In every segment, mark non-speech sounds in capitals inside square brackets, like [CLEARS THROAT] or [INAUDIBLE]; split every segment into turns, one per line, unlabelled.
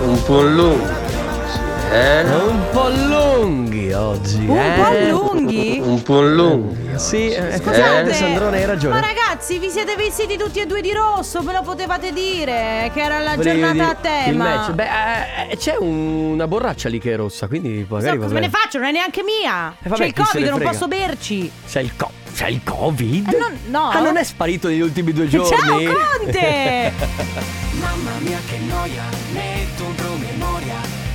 Un po' lungo. Eh?
Un po' lunghi oggi.
Un
eh?
po' lunghi?
Un po' lungo.
Sì, eh,
Scusate,
effettivamente Sandrone hai
Ma
ragione.
ragazzi, vi siete vestiti tutti e due di rosso, ve lo potevate dire che era la
Volevi
giornata a
dire il match.
tema.
Beh, eh, eh, c'è un- una borraccia lì che è rossa, quindi
So,
magari va
cosa me ne
bene.
faccio? Non è neanche mia.
Eh, vabbè,
C'è il
chi se
Covid,
ne
non
frega.
posso berci.
C'è il, co- c'è il Covid?
Eh, non- no.
Ah, non è sparito negli ultimi due giorni?
Ciao
[LAUGHS]
Conte!
Mamma mia che noia, metto un promemoria,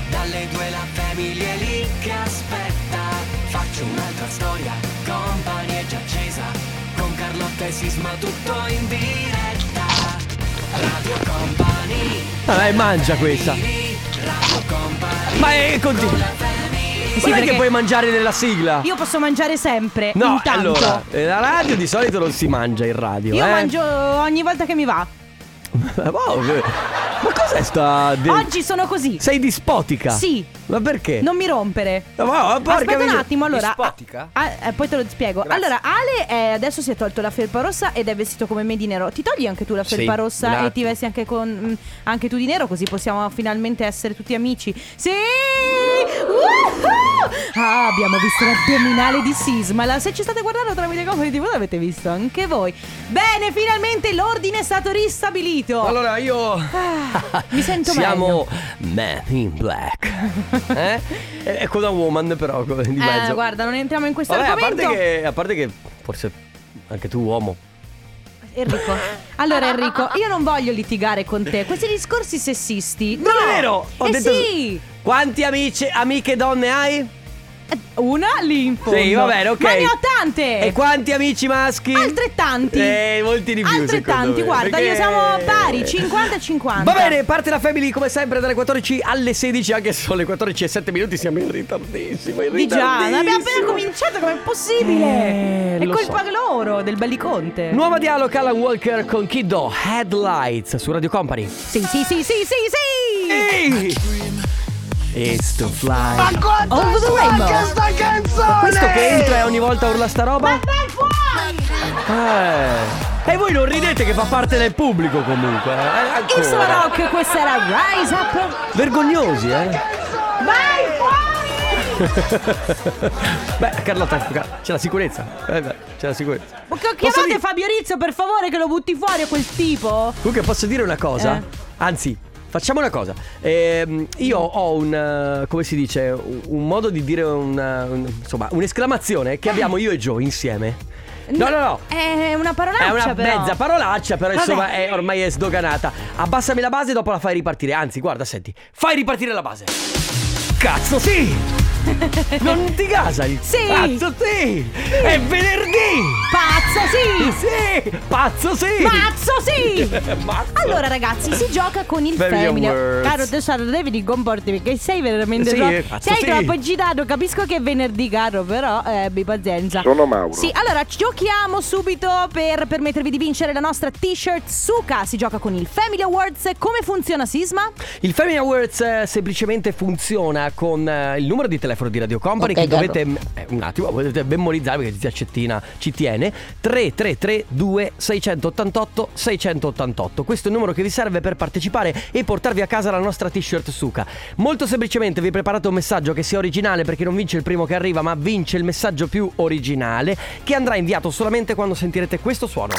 dalle due la famiglia è lì che aspetta. Faccio un'altra storia, compagnia è già accesa, con Carlotta e Sisma tutto in diretta. Radio Company,
Ah, dai, mangia questa.
Radio Company,
Ma eh, continua.
sì,
non è
perché
che puoi mangiare nella sigla?
Io posso mangiare sempre.
No,
intanto.
allora, eh, la radio di solito non si mangia in radio.
Io
eh. [LAUGHS]
mangio ogni volta che mi va.
Wow, che- eh, ma cos'è sta. de-
Oggi sono così.
Sei dispotica?
Sì.
Ma perché?
Non mi rompere.
Ma va- porca
Aspetta un
miseria.
attimo, allora.
Dispotica?
Ah, eh, poi te lo spiego. Allora, Ale eh, adesso si è tolto la felpa rossa ed è vestito come me di nero. Ti togli anche tu la
Sì,
felpa
un
rossa
attimo.
e ti vesti anche, con, mm, anche tu di nero, così possiamo finalmente essere tutti amici. Sì! Woohoo! Ah, abbiamo visto l'addominale di Sisma. La- Se ci state guardando tramite i comodi TV l'avete visto anche voi. Bene, finalmente l'ordine è stato ristabilito. Ah,
Allora io.
oh. Eh, Mi
[LAUGHS]
sento
Siamo
meglio.
Man in
[LAUGHS]
Black. eh? È, è con una woman, però, come di mezzo.
Eh, guarda, non entriamo in questo
Vabbè, a
argomento.
parte, che, a parte che forse anche tu, uomo.
Enrico. Allora Enrico, io non voglio litigare con te. Questi discorsi sessisti.
Non
no.
è vero! Ho
eh
detto.
sì!
Quanti amici, amiche donne hai?
Eh, Una lì in fondo.
Sì, va bene, ok.
Ma ne ho tante.
E quanti amici maschi?
Altrettanti.
Eh, molti di più. secondo
Altrettanti,
me,
guarda,
perché-
io siamo pari, 50 e 50.
Va bene, parte la family come sempre dalle 14 alle 16, anche se sono le 14 e 7 minuti, siamo in ritardissimo. In
Di già,
ritardissimo.
abbiamo appena cominciato, com'è possibile?
Eh,
è
lo
colpa
so.
loro del belliconte.
Nuova dialogo Alan Walker con Kiddo, Headlights su Radio Company.
Sì, sì, sì, sì, sì, sì.
Ehi! It's to fly. Ma
Over the rainbow.
questo che entra e ogni volta urla sta roba?
Dai, fuori!
Eh. E voi non ridete che fa parte del pubblico comunque. eh? Ancora.
It's the rock, questa era Rise Up.
Vergognosi, eh?
Vai fuori!
Beh, Carlotta, c'è la sicurezza. Eh beh, c'è la sicurezza.
Ma che-
Posso
Chiamate
dire-
Fabio Rizzo per favore che lo butti fuori a quel tipo.
Comunque posso dire una cosa?
Eh.
Anzi, facciamo una cosa. Ehm, io ho un, eh, come si dice, un, un modo di dire una, un- insomma, un'esclamazione
Eh.
che abbiamo io e Joe insieme. No, no, no.
È una parolaccia
È una
però.
mezza parolaccia, però
Vabbè.
insomma è ormai è sdoganata. Abbassami la base e dopo la fai ripartire. Anzi, guarda, senti, fai ripartire la base. Cazzo,
[LAUGHS]
sì! Non ti gasa il
Sì.
Cazzo, sì! È venerdì!
Pazzo sì!
[LAUGHS] Sì! Pazzo, sì!
Pazzo sì!
[LAUGHS] Mazzo.
Allora ragazzi, si gioca con il
Family
femminile.
Awards.
Caro tesoro, devi comportarti perché sei veramente
Sì,
troppo.
eh, cazzo,
sei
sì.
troppo agitato, capisco che è venerdì caro, però eh, abbi pazienza.
Sono Mauro.
Sì, allora giochiamo subito per permettervi di vincere la nostra t-shirt Suka. Si gioca con il Family Awards. Come funziona Sisma?
Il Family Awards eh, semplicemente funziona con eh, il numero di telefono di Radio Company che dovete eh, un attimo, potete memorizzare perché zia Cettina ci tiene 3332 688 688. Questo è il numero che vi serve per partecipare e portarvi a casa la nostra t-shirt Suka. Molto semplicemente vi preparate un messaggio che sia originale perché non vince il primo che arriva, ma vince il messaggio più originale che andrà inviato solamente quando sentirete questo suono.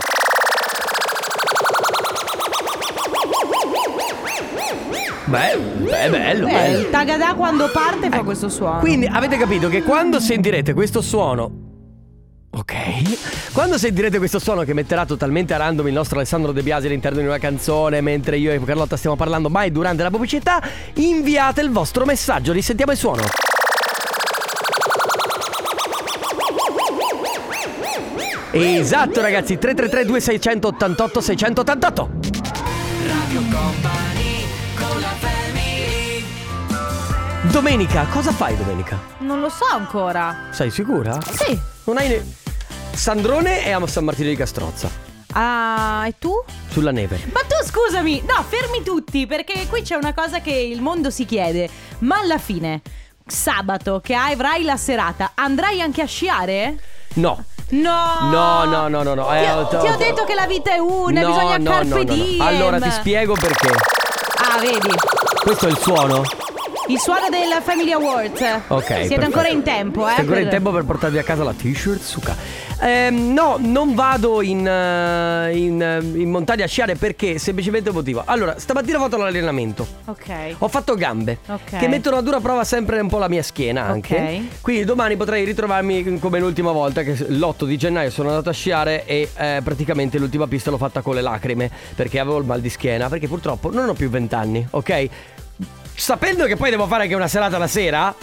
Beh, è bello,
Eh, il tagadà quando parte
Eh,
fa questo suono.
Quindi avete capito che quando sentirete questo suono. Ok. Quando sentirete questo suono che metterà totalmente a random il nostro Alessandro De Biasi all'interno di una canzone, mentre io e Carlotta stiamo parlando mai durante la pubblicità, inviate il vostro messaggio. Risentiamo il suono. Esatto ragazzi, 333 2688 688
Radio Company, con la family.
Domenica, cosa fai domenica?
Non lo so ancora.
Sei sicura?
Sì.
Non hai ne... Sandrone è a San Martino di Castrozza,
Ah, e tu?
sulla neve.
Ma tu scusami, no, fermi tutti, perché qui c'è una cosa che il mondo si chiede. Ma alla fine, sabato che avrai la serata, andrai anche a sciare?
No.
No!
No, no, no, no, no.
Ti,
eh,
ho, ti ho detto che la vita è una,
No,
Uh, bisogna
no,
carpe
no, no, no.
diem.
Allora ti spiego perché.
Ah, vedi.
Questo è il suono?
Il suono del Family Awards.
Ok.
Siete
perfetto.
ancora in tempo, eh?
Siete ancora in
per-
tempo per portarvi a casa la t-shirt suca. Ehm, no, non vado in, eh, in, eh, in montagna a sciare perché semplicemente un motivo. Allora, stamattina ho fatto l'allenamento.
Ok.
Ho fatto gambe
Ok.
che mettono a dura prova sempre un po' la mia schiena anche.
Ok.
Quindi domani potrei ritrovarmi come l'ultima volta che l'8 di gennaio sono andato a sciare e eh, praticamente l'ultima pista l'ho fatta con le lacrime perché avevo il mal di schiena perché purtroppo non ho più 20 anni, ok? Sapendo che poi devo fare anche una serata la sera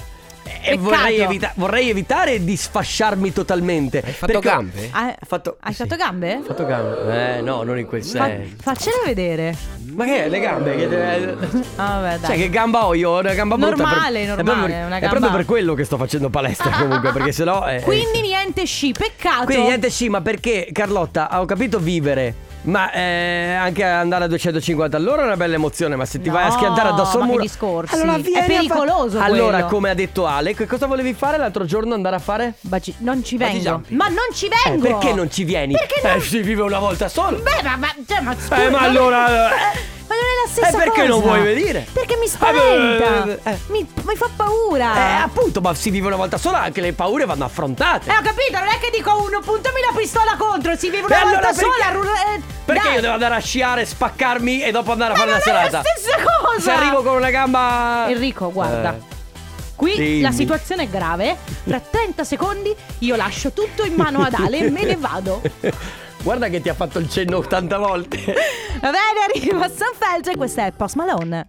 e
Peccato.
vorrei, evita- vorrei evitare di sfasciarmi totalmente. Hai
fatto gambe?
Ah, hai fatto gambe?
Ho fatto gambe. Eh no, non in quel
Fa-
senso.
faccela vedere.
Ma che è le gambe? [LAUGHS] Che...
Ah, vabbè, dai.
Cioè, che gamba ho io? Ho Una gamba brutta.
Normale,
è proprio per- È
normale,
proprio,
una
per,
gamba-
quello che sto facendo
[LAUGHS]
palestra comunque, perché sennò. È,
Quindi niente sci, peccato.
Quindi niente sì, ma perché Carlotta ho capito vivere. Ma eh, anche andare a 250 all'ora è una bella emozione, ma se ti
No,
vai a schiantare addosso al
ma che
muro.
discorsi. È
vieni a fa-
pericoloso
Allora,
quello.
come ha detto Ale, che cosa volevi fare l'altro giorno? Andare a fare?
Baci- non ci
Bungee
vengo.
jumping.
Ma non ci
Eh,
vengo.
perché non ci vieni?
Perché non-
Eh, si vive una volta sola.
Beh, ma, ma, cioè, ma scusa,
Eh, ma
non-
allora, eh.
Ma non è la stessa
Eh, perché
cosa.
non vuoi venire?
Perché mi spaventa.
Eh, eh, eh.
Mi, mi fa paura.
Eh, appunto, ma si vive una volta sola, anche le paure vanno affrontate.
Eh, ho capito, non è che dico uno, puntami la pistola contro, si vive
E
una volta
allora perché-
sola. ru- eh,
Perché
dai.
io devo andare a sciare, spaccarmi e dopo andare a
Ma
fare
non
la
è
serata?
la stessa cosa.
Se arrivo con una gamba.
Enrico, guarda.
Eh.
Qui la
dimmi.
situazione è grave. Tra 30 secondi io lascio tutto in mano ad Ale e me ne
[LAUGHS]
vado.
Guarda che ti ha fatto il cenno 80 volte.
Va bene, arriva San Felce e questa è Post Malone.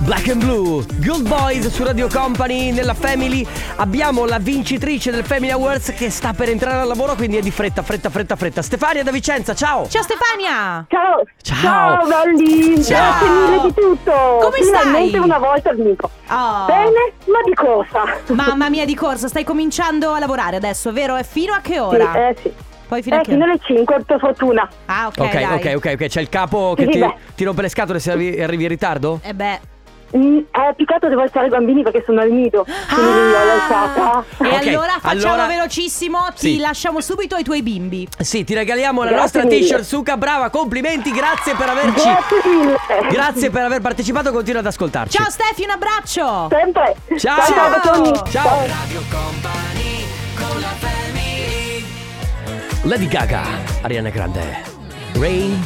Black and Blue, Good Boys su Radio Company, nella Family. Abbiamo la vincitrice del Family Awards che sta per entrare al lavoro, quindi è di fretta, fretta, fretta, fretta. Stefania da Vicenza, ciao!
Ciao Stefania!
Ciao,
Ciao.
belli,
Ciao.
grazie mille di tutto.
Come
Finalmente
stai?
una volta dico.
Oh.
Bene, ma di cosa?
Mamma mia di corsa, stai cominciando a lavorare adesso, vero? E fino a che
Sì,
ora?
eh sì.
Poi fino a
Eh,
che
fino
ora?
alle 5, per fortuna.
Ah, ok,
Ok, ok,
dai.
ok, ok. C'è il capo che
Sì,
ti,
beh.
ti rompe le scatole se arri- arrivi in ritardo?
E Eh beh.
Mm, eh, più che altro devo alzare i bambini perché sono al nido. Quindi li ho
Ah!
lasciata.
E
Ok,
allora facciamo
allora-
velocissimo, ti
Sì.
lasciamo subito ai tuoi bimbi.
Sì, ti regaliamo la
Grazie
nostra
mille.
t-shirt Suca, brava, complimenti, grazie per averci.
Grazie mille.
Grazie per aver partecipato, continua ad ascoltarci.
Ciao Stefi, un abbraccio!
Sempre.
Ciao.
Ciao, bacioni.
Ciao. Lady Gaga, Ariana Grande. Rain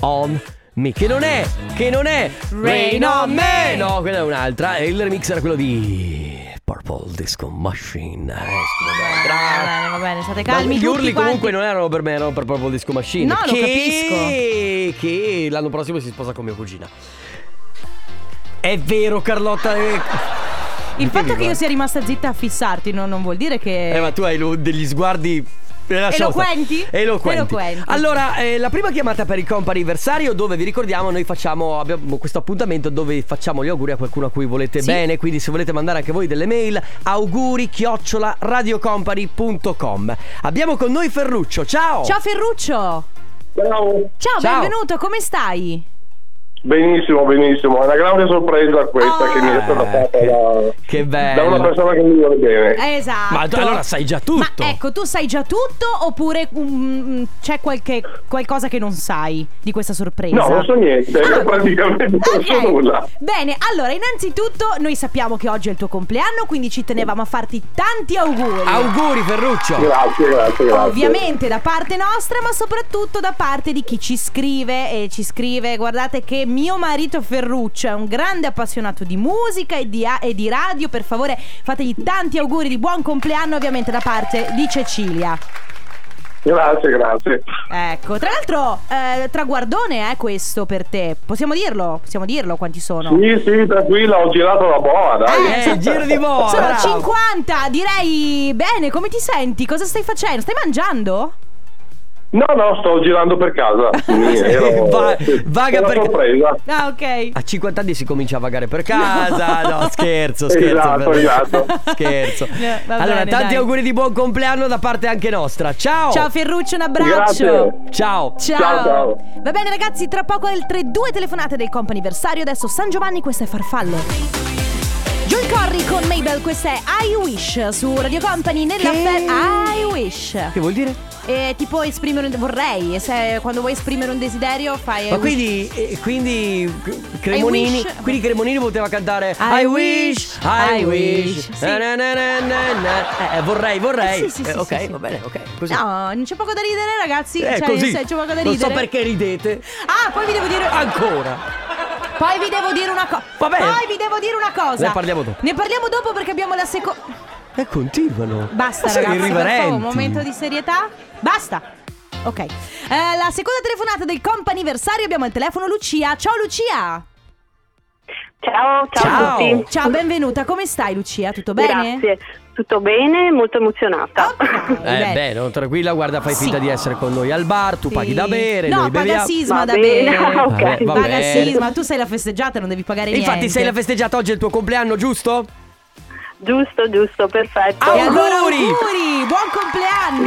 on me. Che non è, che non è.
Rain on me.
No, quella è un'altra. E il remix era quello di Purple Disco Machine. Eh, scusa, dai.
Va bene, va bene, state
Ma
calmi.
gli
tutti
urli
quanti.
comunque non erano per me, erano per Purple Disco Machine.
No, lo
che... Che l'anno prossimo si sposa con mia cugina. È vero Carlotta. eh.
Il fatto che
guarda.
io sia rimasta zitta a fissarti no- non vuol dire che.
Eh, ma tu hai lo- degli sguardi. eh, lascia
Eloquenti?
stare. Eloquenti.
Eloquenti.
Allora, eh, la prima chiamata per il comp'anniversario dove vi ricordiamo noi facciamo abbiamo questo appuntamento dove facciamo gli auguri a qualcuno a cui volete
Sì.
bene, quindi se volete mandare anche voi delle mail auguri chiocciola radiocompany.com. Abbiamo con noi Ferruccio. Ciao!
Ciao Ferruccio!
Ciao.
Ciao,
Ciao.
benvenuto, come stai?
Benissimo, benissimo, è una grande sorpresa questa
Oh.
che mi è stata fatta da,
Ah, Che
da una
bello. Eh,
persona che mi vuole bene.
Esatto.
Ma tu allora sai già tutto.
Ma ecco, tu sai già tutto oppure mm, c'è qualche, qualcosa che non sai di questa sorpresa?
No,
esatto.
non so
[LAUGHS]
niente,
Ah.
praticamente non so
Ok.
nulla.
Bene, allora innanzitutto noi sappiamo che oggi è il tuo compleanno, quindi ci tenevamo a farti tanti auguri.
Auguri Ferruccio.
Grazie, grazie, grazie.
Ovviamente da parte nostra, ma soprattutto da parte di chi ci scrive e ci scrive, guardate che mio marito Ferruccio è un grande appassionato di musica e di, e di radio, per favore fategli tanti auguri di buon compleanno ovviamente da parte di Cecilia.
Grazie, grazie.
Ecco, tra l'altro eh, traguardone è questo per te, possiamo dirlo? Possiamo dirlo quanti sono? Eh,
Sì, sì, tranquilla, ho girato la boa, dai.
Eh, il giro di boa.
Sono
bravo.
50, direi bene, come ti senti? Cosa stai facendo? Stai mangiando?
No, no, sto girando
[LAUGHS]
per casa. quindi ero-
Va-
sì,
vaga
una
per-
sorpresa.
Ah, ok.
A 50 anni si comincia a vagare per casa. No, scherzo, scherzo.
Esatto,
però.
esatto.
[LAUGHS] Scherzo.
No, va
allora,
bene,
tanti
dai.
auguri di buon compleanno da parte anche nostra. Ciao.
Ciao Ferruccio, un abbraccio.
Grazie.
Ciao.
Ciao.
Ciao, ciao.
Va bene ragazzi, tra poco altre due telefonate del comp'anniversario, adesso San Giovanni, questa è Farfalle. Joy Corri con Mabel, questa è I Wish su Radio Company nella
Che-
fe- I Wish.
Che vuol dire?
eh, tipo esprimere un vorrei, e se quando vuoi esprimere un desiderio fai
Ma quindi, eh, quindi Cremonini,
wish-
quindi Cremonini poteva cantare
I
I wish, I
I
wish,
wish.
Na na na na na na. Eh, vorrei, vorrei.
Eh, sì,
Eh,
sì, sì,
ok,
sì, sì.
va bene, ok, così.
No, non c'è poco da ridere, ragazzi.
Eh,
cioè,
così.
se c'è poco da ridere.
non so perché ridete.
Ah, poi vi devo dire.
Ancora.
Poi vi devo dire una cosa.
Va bene.
Poi vi devo dire una cosa.
Ne parliamo dopo.
Ne parliamo dopo perché abbiamo la seconda.
E continuano.
Basta,
Ma sono
ragazzi. per
irriverenti.
favore, un momento di serietà. Basta. Ok. Eh, la seconda telefonata del comp'anniversario abbiamo al telefono Lucia. Ciao Lucia.
Ciao, ciao,
Ciao.
a tutti.
Ciao, benvenuta. Come stai Lucia? Tutto bene?
Grazie. Tutto bene, molto emozionata.
Ok,
Eh,
bene.
beh, no, tranquilla, guarda, fai
Sì.
finta di essere con noi al bar, tu
Sì.
paghi da bere,
No,
noi
paga
beviamo.
sisma
Va
da
bene,
bere.
ok.
Vabbè, va
Paga
bene.
sisma, tu sei la festeggiata, non devi pagare niente.
Infatti sei la festeggiata oggi è il tuo compleanno, giusto?
[LAUGHS] Giusto, giusto, perfetto.
Au!
E allora
Auguri!
auguri! Buon compleanno!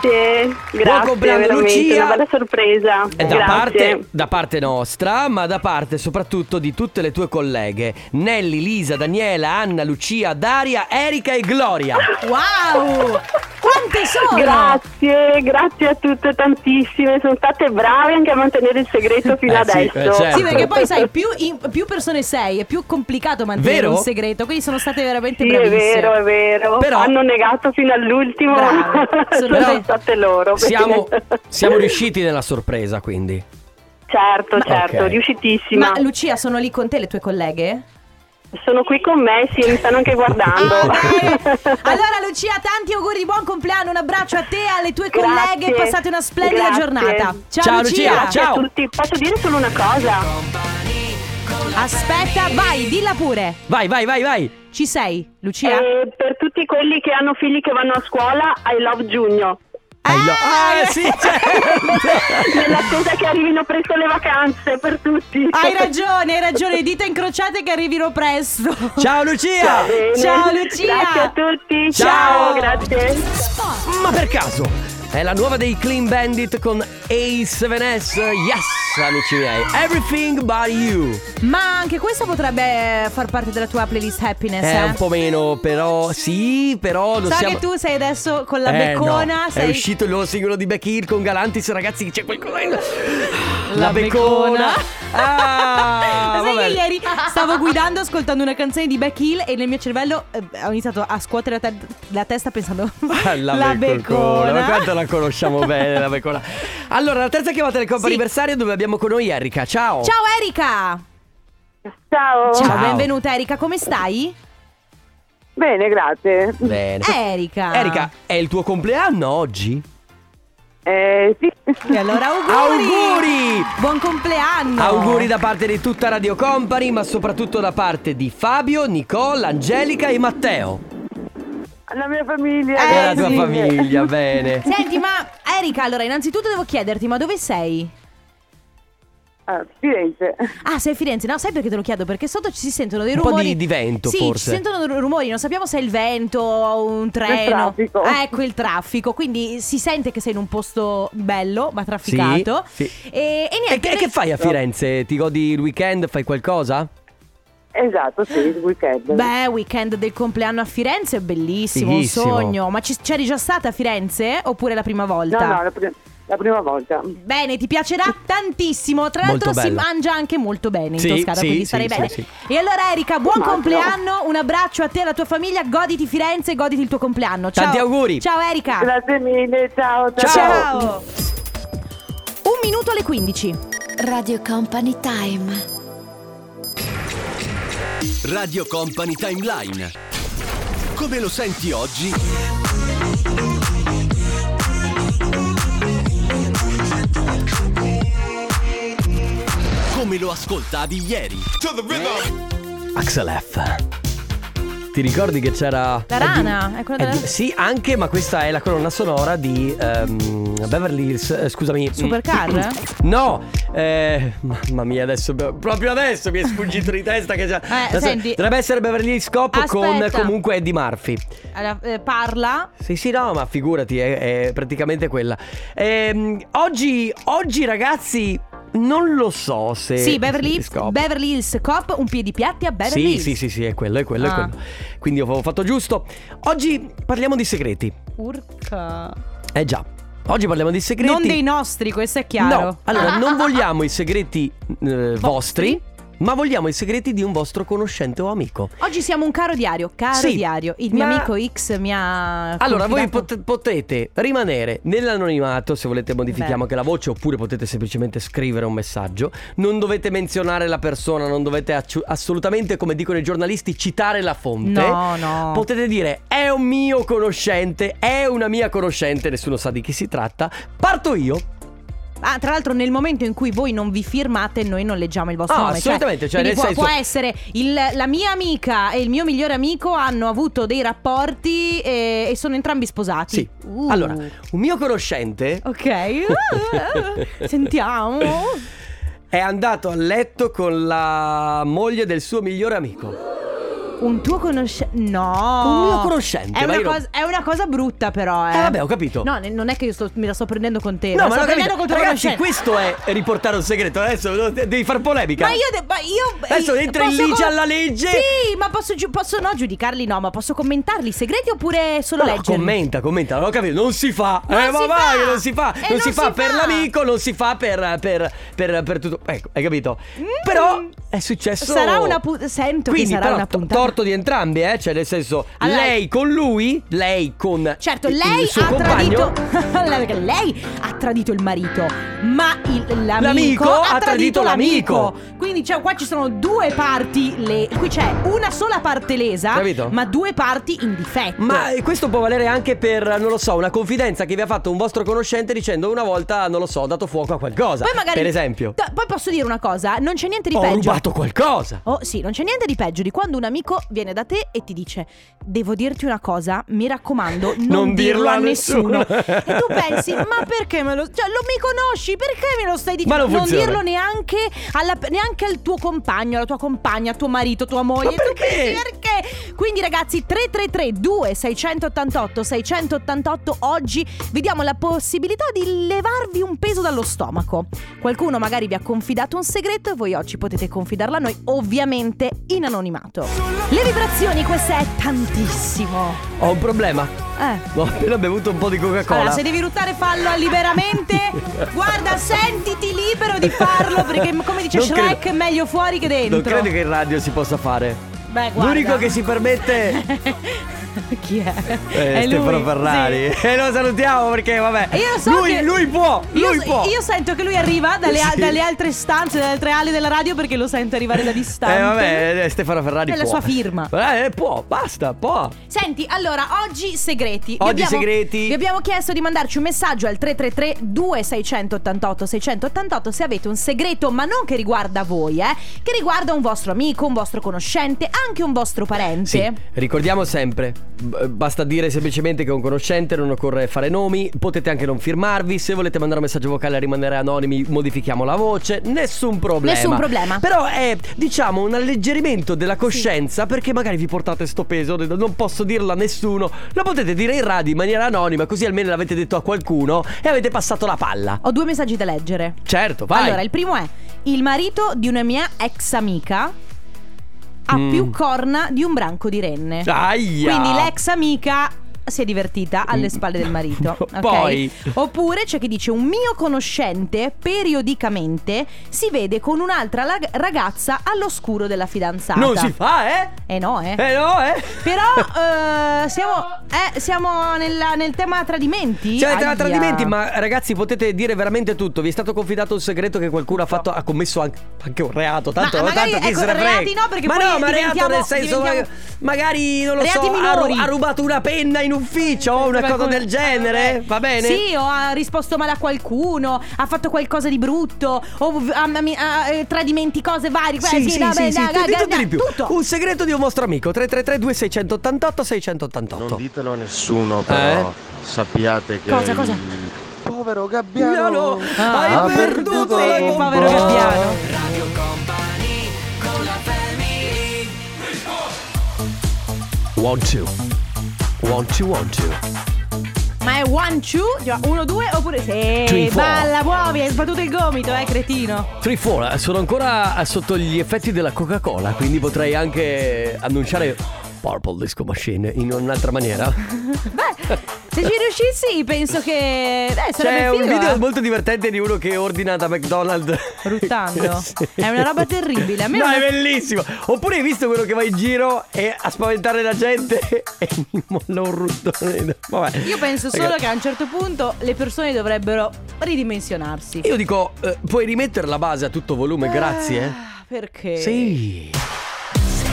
Grazie, grazie,
compleanno,
veramente,
Lucia.
una bella sorpresa.
Eh, Da
grazie.
parte, da parte nostra, ma da parte soprattutto di tutte le tue colleghe Nelly, Lisa, Daniela, Anna, Lucia, Daria, Erika e Gloria
Wow! Quante sono?
Grazie, grazie a tutte tantissime, sono state brave anche a mantenere il segreto fino
Eh sì, eh,
adesso.
certo.
Sì, perché poi sai, più, in- più persone sei, è più complicato mantenere
Vero?
un segreto, quindi sono state veramente
Sì, è
bravissime.
vero, è vero.
Però-
Hanno negato fino all'ultimo.
Brave. Sono
[LAUGHS] Sono,
bene.
state loro. [LAUGHS]
Siamo,
bene.
siamo riusciti nella sorpresa quindi
Certo, certo,
Ok.
riuscitissima.
Ma Lucia, sono lì con te le tue colleghe?
Sono qui con me, sì, mi stanno anche guardando. [LAUGHS]
Ah, dai. Allora Lucia, tanti auguri di buon compleanno, un abbraccio a te, alle tue
Grazie.
colleghe e passate una splendida
Grazie.
giornata. Ciao,
Ciao, Lucia, ciao.
Grazie a tutti. Posso dire solo una cosa?
Aspetta, vai, dilla pure.
Vai, vai, vai, vai
Ci sei, Lucia?
Eh, per tutti quelli che hanno figli che vanno a scuola, I love Giugno.
Ai lo- Ah,
eh.
sì,
[LAUGHS]
certo.
Nell'attesa che arrivino presto le vacanze per tutti.
Hai ragione, hai ragione, dita incrociate che arrivino presto.
Ciao Lucia
Bene.
Ciao, Lucia.
Grazie a tutti.
Ciao.
Ciao grazie.
Ma per caso è la nuova dei Clean Bandit con A7S Yes, amici miei Everything But You
Ma anche questa potrebbe far parte della tua playlist happiness.
È
eh?
un po' meno, però sì, però lo
So
siamo...
che tu sei adesso con la
Eh,
beccona.
no.
sei...
È uscito il nuovo singolo di Beck Hill con Galantis, ragazzi, c'è qualcosa in... La,
beccona.
beccona. Ah,
[LAUGHS] Sai
vabbè.
che ieri stavo guidando ascoltando una canzone di Beck Hill e nel mio cervello eh, ho iniziato a scuotere la, te- la testa pensando
Ah, [LAUGHS]
[LAUGHS]
La, beccona, ma quanto la conosciamo bene la beccona. Allora, la terza chiamata del Coppa
Sì.
Anniversario dove abbiamo con noi Erika. Ciao.
Ciao Erika!
Ciao.
Ciao,
Ciao.
benvenuta Erika, come stai?
Bene, grazie.
Bene.
Eh. Erika.
Erika, è il tuo compleanno oggi?
Eh, sì.
E allora auguri!
Auguri!
Buon compleanno!
Auguri da parte di tutta Radio Company, ma soprattutto da parte di Fabio, Nicole, Angelica e Matteo.
La mia famiglia.
Eh,
Della tua
sì.
famiglia, bene.
Senti, ma Erika, allora innanzitutto devo chiederti, ma dove sei?
Ah, Firenze.
Ah, sei a Firenze? No, sai perché te lo chiedo? Perché sotto ci si sentono dei
Un po'
rumori.
di- di vento,
sì,
forse.
Ci si sentono dei rumori, non sappiamo se è il vento o un treno.
traffico.
Ah, Ecco il traffico. Quindi si sente che sei in un posto bello, ma trafficato.
Sì, sì.
E, e niente.
E che, e che fai a Firenze? Ti godi il weekend? Fai qualcosa?
Esatto, sì, il weekend.
Beh, weekend del compleanno a Firenze è bellissimo,
Fighissimo.
un sogno. Ma ci, c'eri già stata a Firenze? Oppure è la prima
No,
volta?
no, la, pri- la prima volta.
Bene, ti piacerà tantissimo. Tra
Molto
l'altro si
bella.
mangia anche molto bene in
Sì,
Toscana,
sì,
quindi
sì,
starei
sì,
bene.
sì.
E allora Erika, buon
Immagino.
compleanno, un abbraccio a te e alla tua famiglia, goditi Firenze, goditi il tuo compleanno. Ciao.
Tanti auguri.
Ciao Erika.
Grazie mille, ciao.
Ah. Ciao. Un minuto alle 15.
Radio Company Time.
Radio Company Timeline. Come lo senti oggi? Come lo ascoltavi ieri?
Axel F. Ti ricordi che c'era.
La rana, è quella
Eh,
della
di- Sì, anche, ma questa è la colonna sonora di ehm, Beverly Hills. eh, Scusami.
Supercar?
No, eh, mamma mia, adesso proprio adesso mi è sfuggito di testa che già. Adesso-
Eh, senti.
Dovrebbe essere Beverly Hills Cop con
Aspetta.
comunque Eddie Murphy.
Allora, eh, parla.
Sì, sì, no, ma figurati, è, è praticamente quella. Ehm, oggi, oggi, ragazzi, non lo so se.
sì, Beverly,
se scopro.
Beverly Hills Cop, un piedi-piatti a Beverly
Sì,
Hills.
sì, sì, sì, è quello, è quello,
Ah.
è quello. Quindi ho fatto giusto. Oggi parliamo di segreti.
Urca.
Eh già. Oggi parliamo di segreti.
Non dei nostri, questo è chiaro.
No, allora
[LAUGHS]
non vogliamo i segreti eh, vostri, ma vogliamo i segreti di un vostro conoscente o amico.
Ah. Oggi siamo un caro diario, caro
Sì,
diario. Il mio
ma-
amico X mi ha.
Allora, voi
confidato-
pot- potete rimanere nell'anonimato se volete modifichiamo
Beh.
anche la voce oppure potete semplicemente scrivere un messaggio. Non dovete menzionare la persona, non dovete acci- assolutamente, come dicono i giornalisti, citare la fonte.
No, no.
Potete dire è un mio conoscente, è una mia conoscente, nessuno sa di chi si tratta. Parto io.
Ah, tra l'altro, nel momento in cui voi non vi firmate, noi non leggiamo il vostro
Ah,
nome.
assolutamente, cioè,
quindi
nel
può,
senso-
può essere il- la mia amica e il mio migliore amico hanno avuto dei rapporti e, e sono entrambi sposati.
Sì.
Uh.
Allora, un mio conoscente
[LAUGHS] Ok. ah, Sentiamo.
è andato a letto con la moglie del suo migliore amico.
Un tuo conoscente. No.
Un mio conoscente,
È
ma
una,
io non-
cosa, è una cosa brutta, però. Eh.
Eh, vabbè, ho capito.
No, ne- non è che io sto- mi la sto prendendo con te.
No,
la
ma
sto
non
prendendo cioè, con
capito.
tuo
Ragazzi,
conoscente.
questo è riportare un segreto. Adesso no, te- devi far polemica.
Ma io, de- ma io
Adesso
eh,
entra in
posso
lì
com-
alla legge.
Sì, ma posso, giu- posso no giudicarli? No, ma posso commentarli i segreti oppure solo
No, no,
leggerli?
commenta, commenta, non ho capito, non si fa.
Non
eh, ma
si
vai,
fa.
non si fa.
Eh,
non, si, fa, per l'amico, non si fa per, per, per, per tutto. Ecco, hai capito? Però è successo.
Mm. Sarà una pu- sento che
Quindi,
sarà
però,
una
to-
puntata.
torto di entrambi, eh? Cioè, nel senso,
Allora-
lei con lui, lei con.
Certo,
il-
lei
il suo
ha
compagno.
tradito. [LAUGHS] Perché lei ha tradito il marito, ma il- l'amico,
L'amico
ha
ha
tradito
tradito
l'amico.
l'amico.
Quindi cioè, qua ci sono due parti. le- Qui c'è una sola parte lesa,
Capito?
ma due parti in difetto.
Ma eh, questo può valere anche per, non lo so, una confidenza che vi ha fatto un vostro conoscente dicendo una volta, non lo so, ho dato fuoco a qualcosa.
poi magari.
Per esempio,
T- poi posso dire una cosa: non c'è niente di
ho
peggio.
rubato qualcosa.
Oh sì, non c'è niente di peggio di quando un amico viene da te e ti dice Devo dirti una cosa,
[LAUGHS]
mi raccomando, non,
Non
dirlo
dirlo
a
a
nessuno
nessuno.
E tu pensi, ma perché me lo... Cioè, lo mi conosci, perché me lo stai
Ma
dicendo?
non funziona.
dirlo neanche, alla- neanche al tuo compagno, alla tua compagna, a tuo marito, tua moglie
Ma
Tu
perché?
pensi, perché? Quindi ragazzi, 333-2688-688 oggi vi diamo la possibilità di levarvi un peso dallo stomaco Qualcuno magari vi ha confidato un segreto e voi oggi potete confidarla a noi, ovviamente in anonimato. Le vibrazioni, questa è tantissimo.
Ho un problema.
Eh.
Ho appena bevuto un po' di Coca-Cola.
Allora, se devi ruttare fallo liberamente, guarda, sentiti libero di farlo perché come dice
Non
Shrek
credo-
è meglio fuori che dentro.
Non credo che in radio si possa fare.
Beh, guarda.
L'unico che si permette
[LAUGHS] Chi è?
è
È lui,
Eh, Stefano Ferrari. E lo salutiamo perché, vabbè.
sì. Io so
lui,
che-
lui può.
Io
lui
so-
può.
Io sento che lui arriva dalle,
Sì.
dalle altre stanze, dalle altre ali della radio perché lo sento arrivare da distanza.
eh, vabbè, eh, Stefano Ferrari
È la
può.
sua firma.
Eh, può, basta, può.
Senti, allora, oggi segreti. Vi
Oggi segreti.
Vi abbiamo chiesto di mandarci un messaggio al 333-2688-688 se avete un segreto, ma non che riguarda voi, eh, che riguarda un vostro amico, un vostro conoscente, anche un vostro parente.
Sì, ricordiamo sempre, b- basta dire semplicemente che è un conoscente, non occorre fare nomi, potete anche non firmarvi, se volete mandare un messaggio vocale e rimanere anonimi modifichiamo la voce, nessun problema.
Nessun problema.
Però è diciamo un alleggerimento della coscienza perché magari vi portate sto peso, non posso dirlo a nessuno, lo potete dire in radio in maniera anonima così almeno l'avete detto a qualcuno e avete passato la palla.
Ho due messaggi da leggere.
Certo, vai.
Allora, il primo è: il marito di una mia ex amica ha
Mm.
più corna di un branco di renne.
Aia.
Quindi l'ex amica si è divertita alle spalle
[LAUGHS]
del marito. ok?
Mm. Poi?
Oppure c'è chi dice un mio conoscente periodicamente si vede con un'altra lag- ragazza all'oscuro della fidanzata.
Non si fa, eh?
Eh no, eh.
Eh no, eh?
Però eh, siamo, eh, siamo nella- nel tema tradimenti.
Cioè, tra
Aia.
tradimenti, ma ragazzi, potete dire veramente tutto. Vi è stato confidato un segreto che qualcuno ha fatto, ha commesso anche, anche un reato. Tanto,
Ma- ma magari,
tanto chi
ecco,
se ne frega.
reati no, perché
Ma
poi
no, ma reato
diventiamo-
nel senso,
diventiamo-
ma- magari non lo
Reati
so, ha, ru-
minori.
ha rubato una penna in ufficio o una
Ma
cosa
come-
del genere. Va bene?
Sì, o ha risposto male a qualcuno, ha fatto qualcosa di brutto, o v- ha- ha- ha- eh, tradimenti cose varie.
Sì, sì, sì,
vabbè,
sì,
dai,
sì,
dai,
di tutto
dai,
di più.
tutto.
Un segreto di un vostro amico 333 2688 688
Non ditelo a nessuno, però
Eh?
sappiate che.
Cosa, cosa?
il Povero
Gabbiano,
Gabbiano!
hai
ha
perduto,
perduto
la
il
il
compagna.
povero Gabbiano.
Want to, want to, want to.
Ma è one, two, cioè uno, due, oppure.
Three,
Sì,
four.
balla, muovi, hai sbattuto il gomito, eh, cretino.
eh, 3-4, sono ancora sotto gli effetti della Coca-Cola, quindi potrei anche annunciare Purple Disco Machine in un'altra
[LAUGHS]
maniera?
Beh, se ci riuscissi, penso che. Eh, sarebbe
C'è un
figo,
video
eh.
molto divertente di uno che ordina da McDonald's.
[LAUGHS] Ruttando.
[LAUGHS] Sì.
È una roba terribile. A me
no,
non-
è bellissimo. Oppure hai visto quello che va in giro e a spaventare la gente [LAUGHS] e mi molla un ruttone. Vabbè.
Io penso solo
Ragazzi,
che a un certo punto le persone dovrebbero ridimensionarsi.
Io dico, eh, puoi rimettere la base a tutto volume, grazie. eh.
Ah, Perché?
Sì.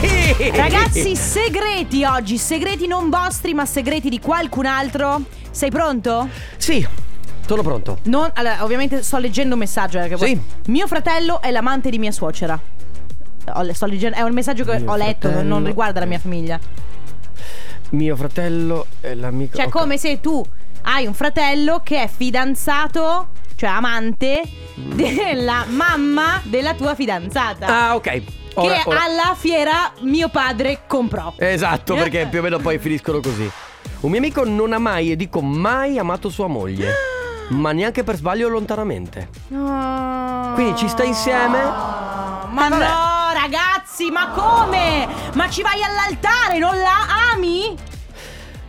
Sì.
Ragazzi, segreti oggi, segreti non vostri, ma segreti di qualcun altro. Sei pronto?
Sì, sono pronto.
Non, allora, ovviamente sto leggendo un messaggio. eh, che
Sì.
poi- Mio fratello è l'amante di mia suocera. Ho- sto leggendo- è un messaggio che
Mio
ho letto,
fratello-
non riguarda la mia famiglia.
Mio fratello è l'amico.
Cioè,
ok.
come se tu hai un fratello che è fidanzato, cioè amante,
Mm.
[LAUGHS] della mamma della tua fidanzata.
Ah, ok. Ora-
che
ora-
alla fiera mio padre comprò.
Esatto,
Eh.
perché più o meno poi finiscono così. Un mio amico non ha mai, e dico mai, amato sua
[GASPS]
moglie. Ma neanche per sbaglio lontanamente.
No.
Quindi ci sta insieme? Eh,
Ma no, ragazzi, ma come? Ma ci vai all'altare, non la ami?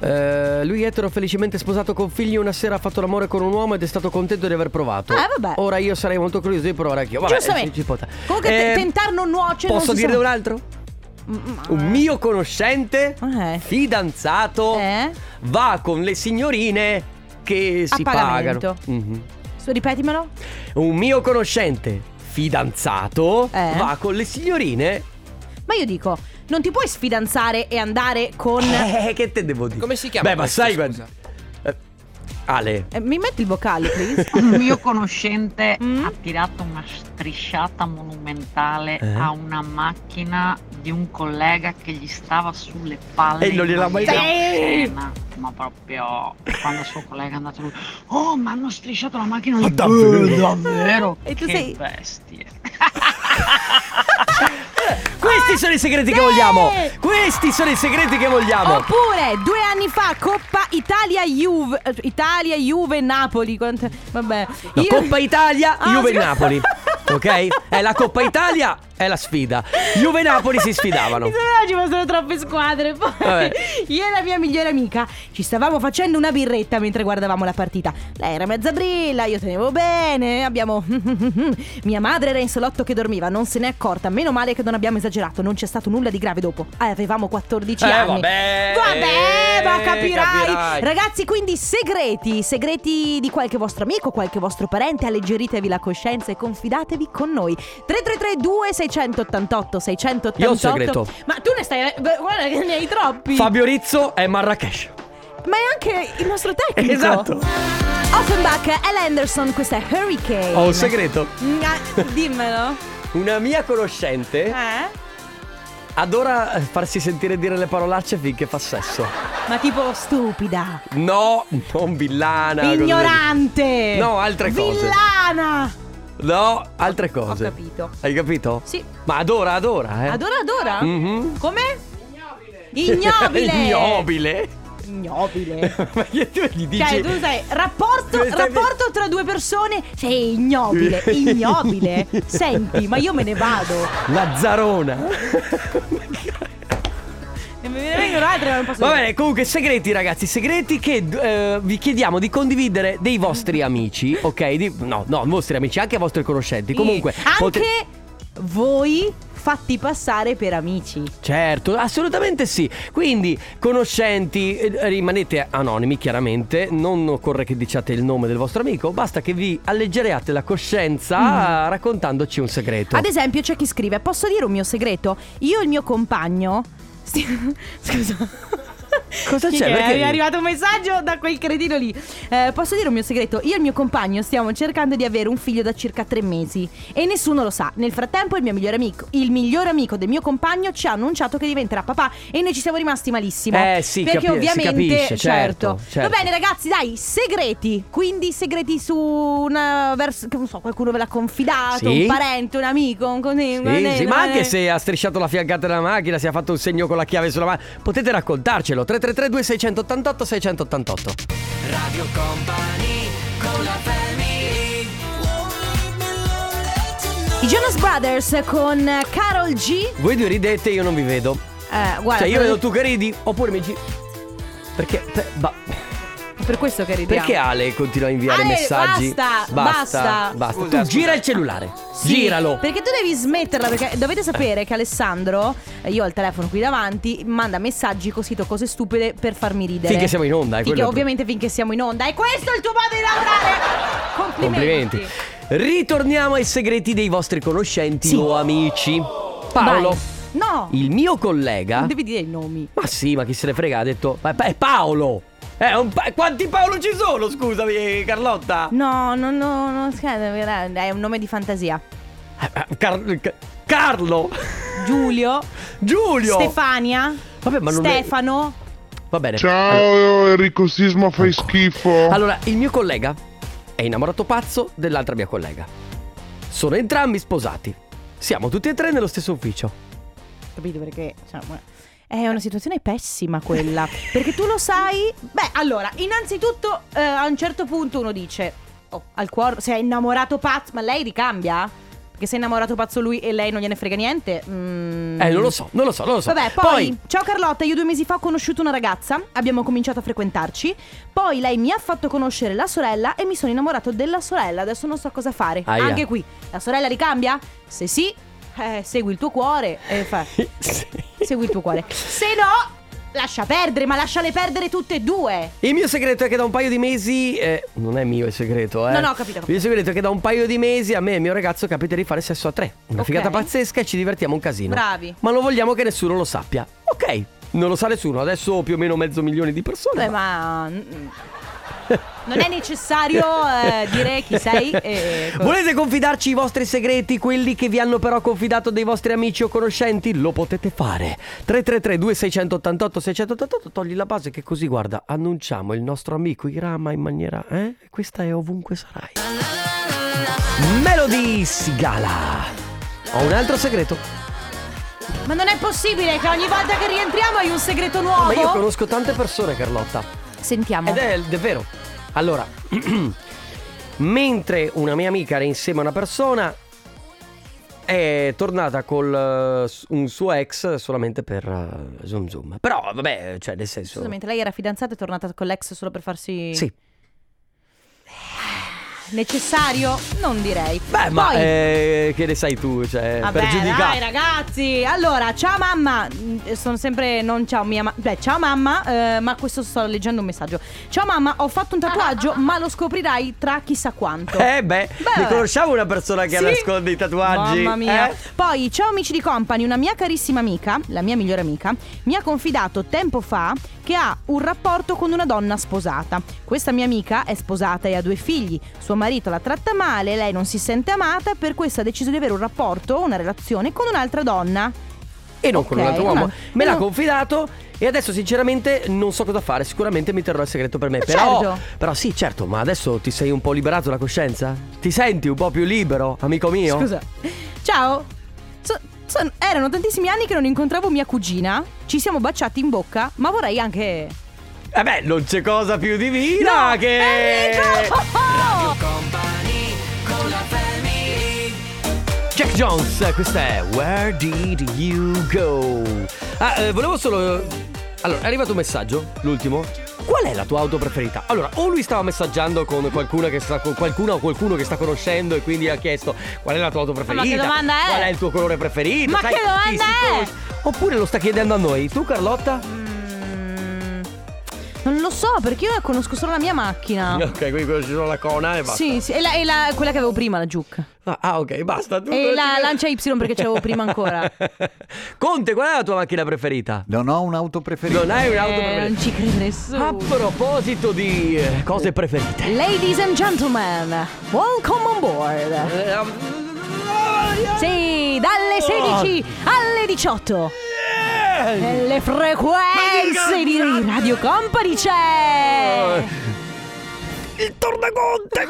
Eh, lui etero felicemente sposato con figli, una sera ha fatto l'amore con un uomo ed è stato contento di aver provato.
Ah, vabbè.
Ora io sarei molto curioso di provare anch'io. Vabbè,
Giustamente.
ci- ci può stare.
Comunque te- tentar non nuoce, non
Posso
si
dirne
sa. Mm,
un altro? Un mio conoscente,
Eh.
fidanzato,
Eh?
va con le signorine che
A
si
pagamento.
pagano. Mhm.
Su, Ripetimelo.
Un mio conoscente, fidanzato,
Eh?
va con le signorine.
Ma io dico, non ti puoi sfidanzare e andare con.
Eh, che te devo dire?
Come si chiama
Beh, ma
questo,
sai
scusa?
eh, Ale.
Eh, mi metti il vocale, please?
Un
[LAUGHS]
mio conoscente
Mm?
ha tirato una strisciata monumentale
Eh?
a una macchina di un collega che gli stava sulle palle.
E non gliel'ha mai
in maniera
detto.
oscena. Ma proprio quando il suo collega è andato lui, oh ma hanno strisciato la macchina.
Ma
Eh,
davvero?"
davvero?
E tu
che
sei-
bestie.
Questi sono i segreti che
sì!
vogliamo. Questi sono i segreti che vogliamo.
Oppure due anni fa Coppa Italia Juve eh, Italia Juve Napoli quant- Vabbè
No,
Io-
Coppa Italia,
Ah,
Juve
scusa.
Napoli. Ok?
[LAUGHS]
È la Coppa Italia, è la sfida. Juve Napoli si sfidavano.
[LAUGHS] Mi sembrava ci fossero troppe squadre. Poi
Vabbè.
io e la mia migliore amica ci stavamo facendo una birretta mentre guardavamo la partita. Lei era mezza brilla, io tenevo bene. Abbiamo. [LAUGHS] mia madre era in salotto che dormiva, non se n'è accorta. Meno male che non abbiamo esagerato, non c'è stato nulla di grave dopo. Eh, Avevamo 14
Eh,
anni.
vabbè,
Vabbè, ma
eh,
capirai.
capirai.
Ragazzi, quindi segreti, segreti di qualche vostro amico, qualche vostro parente, alleggeritevi la coscienza e confidatevi con noi. 3332 688 688
Io ho un segreto.
ma tu ne stai. beh, Guarda che ne hai troppi.
Fabio Rizzo è Marrakesh.
Ma è anche il nostro tecnico.
Esatto.
Offenbach, Ella Anderson, questa è Hurricane.
Ho un segreto.
Mm, ah, dimmelo.
Una mia conoscente
Eh?
adora farsi sentire dire le parolacce finché fa sesso.
Ma tipo stupida.
No, non villana. cose del-
Ignorante.
No, altre cose.
Villana.
No, altre cose.
Ho capito.
Hai capito?
Sì.
Ma adora, adora, eh.
Adora, adora.
Mhm.
Come? Ignobile.
[LAUGHS] Ignobile.
Ignobile.
[LAUGHS] Ma che tu gli dici?
Cioè, tu sai, rapporto,
Stai-
rapporto tra due persone. Sei
[LAUGHS]
ignobile, ignobile. Senti, ma io me ne vado.
Lazzarona.
Ne me ne vengono altre, ma non posso.
Va
dire.
bene, comunque segreti ragazzi, segreti che eh, vi chiediamo di condividere dei vostri amici, ok? Di- no, no, vostri amici, anche vostri conoscenti. Comunque,
Anche
pote-
voi fatti passare per amici.
Certo, assolutamente sì. Quindi, conoscenti, eh, rimanete anonimi chiaramente, non occorre che diciate il nome del vostro amico, basta che vi alleggeriate la coscienza eh, raccontandoci un segreto.
Mm. Ad esempio, c'è chi scrive: Posso dire un mio segreto? Io e il mio compagno. [LAUGHS] sti- Scusa.
Cosa
Chi
c'è?
che è?
Perché
È
ridi?
arrivato un messaggio da quel cretino lì. Eh, posso dire un mio segreto? Io e il mio compagno stiamo cercando di avere un figlio da circa tre mesi e nessuno lo sa. Nel frattempo, il mio migliore amico, il migliore amico del mio compagno, ci ha annunciato che diventerà papà e noi ci siamo rimasti malissimo.
Eh, sì,
perché
capi- si
ovviamente,
capisce, certo,
certo,
certo.
Va bene, ragazzi, dai, segreti. Quindi, segreti su una. Verso, che non so, qualcuno ve l'ha confidato,
Sì.
un parente, un amico, un così.
Sì,
un- eh.
sì,
un-
ma anche se ha strisciato la fiancata della macchina, si è fatto un segno con la chiave sulla mano, potete raccontarcelo. 333 2688 688.
Radio Company con la family
I Jonas Brothers con Carol G.
Voi due ridete, io non vi vedo.
Eh, guarda,
cioè, io
per-
vedo tu che ridi, oppure mi giri. Perché. per- ba-
Per questo che ridiamo.
perché Ale continua a inviare
Ale,
messaggi?
basta, basta.
basta.
Scusa,
tu gira
scusa.
il cellulare.
Sì,
Giralo. Eh.
Perché tu devi smetterla, perché dovete sapere che Alessandro, eh, io ho il telefono qui davanti, manda messaggi così to cose stupide per farmi ridere.
Finché siamo in onda, è
Finché-
quello.
ovviamente finché siamo in onda. E questo è il tuo modo di lavorare! Complimenti.
Complimenti. Ritorniamo ai segreti dei vostri conoscenti
Sì.
o amici. Paolo,
Vai. No!
il mio collega.
Non devi dire i nomi.
Ma sì, ma chi se ne frega? Ha detto. Ma è Paolo! Eh, un pa- quanti Paolo ci sono? Scusami, eh, Carlotta.
No, no, no, no, scherzo, è un nome di fantasia.
Eh, Car- Ca- Carlo! [LAUGHS]
Giulio,
Giulio!
Stefania,
Vabbè, ma non è-
Stefano.
Va bene. Ecco.
Ciao Enrico Sisma, fai schifo.
Allora, il mio collega è innamorato pazzo dell'altra mia collega. Sono entrambi sposati. Siamo tutti e tre nello stesso ufficio.
Capito perché? cioè, ma- è una situazione pessima quella. Perché tu lo sai. Beh, allora, innanzitutto, eh, a un certo punto uno dice: Oh, al cuore, se è innamorato pazzo, ma lei ricambia? Perché se è innamorato pazzo lui e lei non gliene frega niente. mm.
Eh, non lo so, non lo so, non lo so.
Vabbè, poi, ciao Carlotta, io due mesi fa ho conosciuto una ragazza, abbiamo cominciato a frequentarci, poi lei mi ha fatto conoscere la sorella e mi sono innamorato della sorella, adesso non so cosa fare.
Aia.
Anche qui, la sorella ricambia? Se sì, eh, segui il tuo cuore
[LAUGHS]
e fa...
Sì.
segui il tuo cuore. Se no, lascia perdere, ma lasciale perdere tutte e due.
Il mio segreto è che da un paio di mesi. eh, non è mio il segreto, eh.
No, no, ho capito, ho capito.
Il mio segreto è che da un paio di mesi a me e al mio ragazzo capita di fare sesso a tre. Una
Ok.
figata pazzesca e ci divertiamo un casino.
Bravi.
Ma non vogliamo che nessuno lo sappia. Ok, non lo sa nessuno. Adesso più o meno mezzo milione di persone.
Beh,
[LAUGHS]
ma... mm, Non è necessario eh, dire chi sei.
[LAUGHS]
e-
Volete confidarci i vostri segreti, quelli che vi hanno però confidato dei vostri amici o conoscenti? Lo potete fare. 333 2688 688 togli la base che così guarda, annunciamo il nostro amico Irama in maniera, eh? Questa è ovunque sarai. Melody Sigala. Ho un altro segreto.
Ma non è possibile che ogni volta che rientriamo hai un segreto nuovo.
Ma io conosco tante persone, Carlotta.
Sentiamo.
Ed è, ed è vero. Allora, [CLEARS THROAT] mentre una mia amica era insieme a una persona, è tornata con un suo ex solamente per eh, zoom zoom. Però, vabbè, cioè, nel senso.
Scusamente, lei era fidanzata e è tornata con l'ex solo per farsi.
Sì.
Necessario? Non direi.
Beh, ma
Poi-
eh, che ne sai tu? Cioè,
Vabbè,
per
dai,
giudicare.
ragazzi. Allora, ciao mamma. Mm, Sono sempre non ciao mia mamma. Beh, ciao mamma, eh, ma questo sto leggendo un messaggio. Ciao mamma, ho fatto un tatuaggio, ma lo scoprirai tra chissà quanto.
Eh beh, ne
vabbè.
conosciamo una persona che
Sì.
nasconde i tatuaggi.
Mamma mia.
eh?
Poi, ciao amici di Company, una mia carissima amica, la mia migliore amica, mi ha confidato tempo fa che ha un rapporto con una donna sposata. Questa mia amica è sposata e ha due figli. Suo marito la tratta male, lei non si sente amata, per questo ha deciso di avere un rapporto, una relazione con un'altra donna.
E non con un
Ok,
altro uomo.
ma-
Me
e
l'ha
non-
confidato e adesso sinceramente non so cosa fare. Sicuramente mi terrò il segreto per me.
Ma
Però,
certo.
però sì, certo, ma adesso ti sei un po' liberato la coscienza? Ti senti un po' più libero, amico mio?
Scusa. Ciao. So- son- erano tantissimi anni che non incontravo mia cugina. Ci siamo baciati in bocca, ma vorrei anche
Eh beh, non c'è cosa più divina
No,
che...
Enrico!
[LAUGHS] Jack Jones, questa è Where Did You Go? Ah, eh, volevo solo... Allora, è arrivato un messaggio, l'ultimo. Qual è la tua auto preferita? Allora, o lui stava messaggiando con qualcuno che sta con qualcuno o qualcuno che sta conoscendo e quindi ha chiesto qual è la tua auto preferita?
che domanda è?
Qual è il tuo colore preferito?
Ma
Sai,
che
chi
domanda
si
è?
conosce? Oppure lo sta chiedendo a noi. Tu Carlotta?
Mm, Non lo so perché io conosco solo la mia macchina.
Ok, quindi conosci la cona e basta.
Sì, sì, e la, e la- quella che avevo prima, la Juke.
Ah, ah, ok, basta. tu-
E
tu-
la Lancia Y perché c'avevo prima ancora.
[LAUGHS] Conte, qual è la tua macchina preferita?
Non ho un'auto preferita.
Non hai un'auto
Eh,
preferita?
non ci crede nessuno.
A proposito di eh, cose preferite.
Ladies and gentlemen, welcome on board. Sì, dalle 16 alle 18. Nelle frequenze di Radio Company c'è.
Il tornaconte!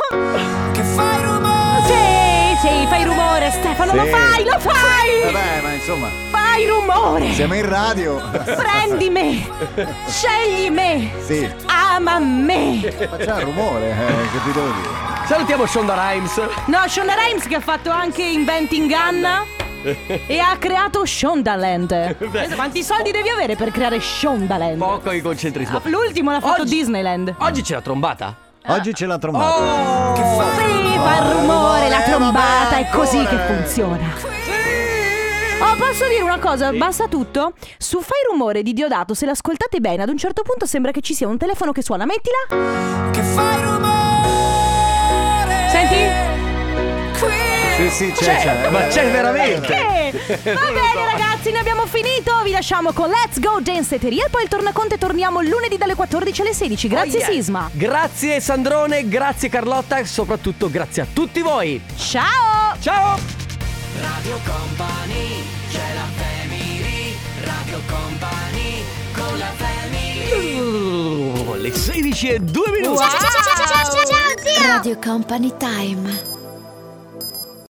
Sì, sì, fai rumore, Stefano, lo
Sì.
fai, lo fai!
Vabbè, Eh, ma insomma,
Fai rumore!
siamo in radio.
Prendi me! Scegli me!
Sì,
Ama me!
[LAUGHS] facciamo rumore, eh, che ti devo dire.
Salutiamo Shonda Rhimes.
No, Shonda Rhimes che ha fatto anche Inventing Anna. e ha creato Shondaland. Pensa, Quanti soldi devi avere per creare Shondaland?
Poco di concentrismo.
Ah, L'ultimo l'ha fatto Disneyland.
Oggi c'è la trombata.
Oggi ce l'ha trombata.
Sì, fa il rumore, la trombata, è così che funziona. Oh, posso dire una cosa? Basta tutto? Su Fai rumore di Diodato, se l'ascoltate bene, ad un certo punto sembra che ci sia un telefono che suona. Mettila.
Che fai rumore
Senti?
Sì, sì, c'è, eh, c'è.
ma c'è [LAUGHS] veramente.
Perché? Va bene ragazzi, ne abbiamo finito. Vi lasciamo con Let's Go Danceteria e poi il tornaconte torniamo lunedì dalle 14 alle 16. Grazie
Oh, yeah.
Sisma.
Grazie Sandrone, grazie Carlotta e soprattutto grazie a tutti voi.
Ciao!
Ciao!
Radio Company C'è la family Radio Company Con la family
Uh, Le 16 e 2 minuti.
Radio Company Time